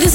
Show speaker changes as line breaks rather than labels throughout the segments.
this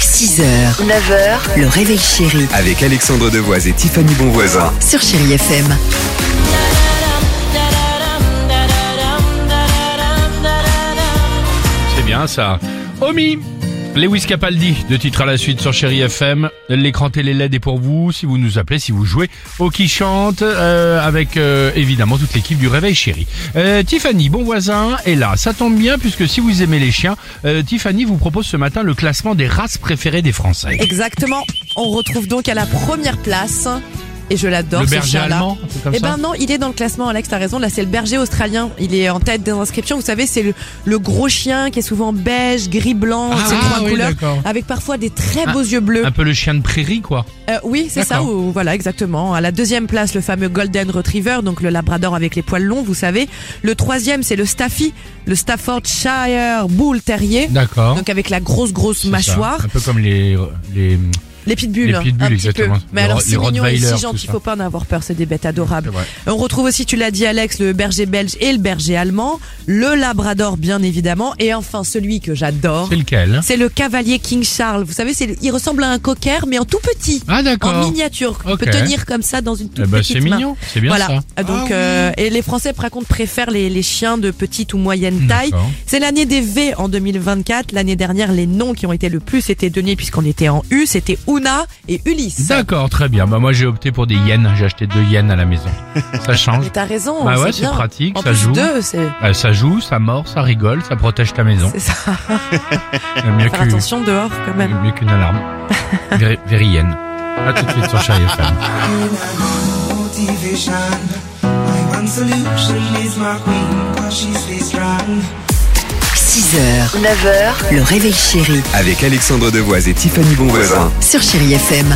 6h, 9h, le réveil chéri
avec Alexandre Devoise et Tiffany Bonvoisin.
sur Chérie FM.
C'est bien ça. Omi Lewis Capaldi, de titre à la suite sur Chéri FM. L'écran télé LED est pour vous, si vous nous appelez, si vous jouez au qui chante, euh, avec euh, évidemment toute l'équipe du Réveil Chéri. Euh, Tiffany, bon voisin, est là. Ça tombe bien puisque si vous aimez les chiens, euh, Tiffany vous propose ce matin le classement des races préférées des Français.
Exactement. On retrouve donc à la première place. Et je l'adore.
le
ce
berger
chien-là.
allemand, un truc comme
Eh
ça
ben non, il est dans le classement, Alex, t'as raison. Là, c'est le berger australien. Il est en tête des inscriptions. Vous savez, c'est le, le gros chien qui est souvent beige, gris, blanc,
Ah,
ces
ah,
trois
oui,
couleurs,
d'accord.
avec parfois des très
Ah,
beaux yeux bleus.
Un peu le chien de prairie, quoi.
Euh, oui, c'est ça.
D'accord.
ou- voilà, exactement. À la deuxième place, le fameux Golden Retriever, donc le Labrador avec les poils longs, vous savez. Le troisième, c'est le Staffy, le Staffordshire Bull Terrier,
D'accord.
donc avec la grosse, grosse
C'est ça.
mâchoire. Ah
Un peu comme les... euh, les...
Les pitbulls,
Les pitbulls,
un petit
exactement.
peu. Mais
Les
alors,
ro-
si
les
mignons et
Rottweilers,
si
tout
gentils,
ça.
faut pas en avoir peur, c'est des bêtes adorables.
C'est vrai.
On retrouve aussi, tu l'as dit Alex, le berger belge et le berger allemand, le labrador bien évidemment, et enfin celui que j'adore,
C'est lequel hein
c'est le cavalier King Charles. Vous savez, c'est le- il ressemble à un cocker, mais en tout petit,
Ah
en
d'accord.
miniature, qu'on peut
Ok.
tenir comme ça dans une toute
Eh ben,
petite
c'est
main.
mignon, c'est bien
voilà.
ça.
Donc, euh, et les Français, par contre, préfèrent les, les chiens de petite ou moyenne taille.
D'accord.
C'est l'année des V en 2024. L'année dernière, les noms qui ont été le plus été donnés puisqu'on était en U, c'était Una et Ulysse.
D'accord, très bien. Bah moi j'ai opté pour des yens. J'ai acheté deux yens à la maison. Ça change.
Mais t'as raison.
Bah ouais, c'est
bien.
pratique,
En
ça
plus,
joue.
Deux, c'est
Euh, ça joue, ça mord, ça rigole, ça protège ta maison.
c'est ça.
Mieux
Faire
que-
attention dehors quand même.
mieux qu'une alarme. Véri- Vérienne. À tout de suite sur Chérie FM.
motivation. My one solution is my queen, cause she stays strong.
6h, 9h, le réveil chéri
Avec Alexandre Devoise et Tiffany Bonvoisin.
sur Chérie FM.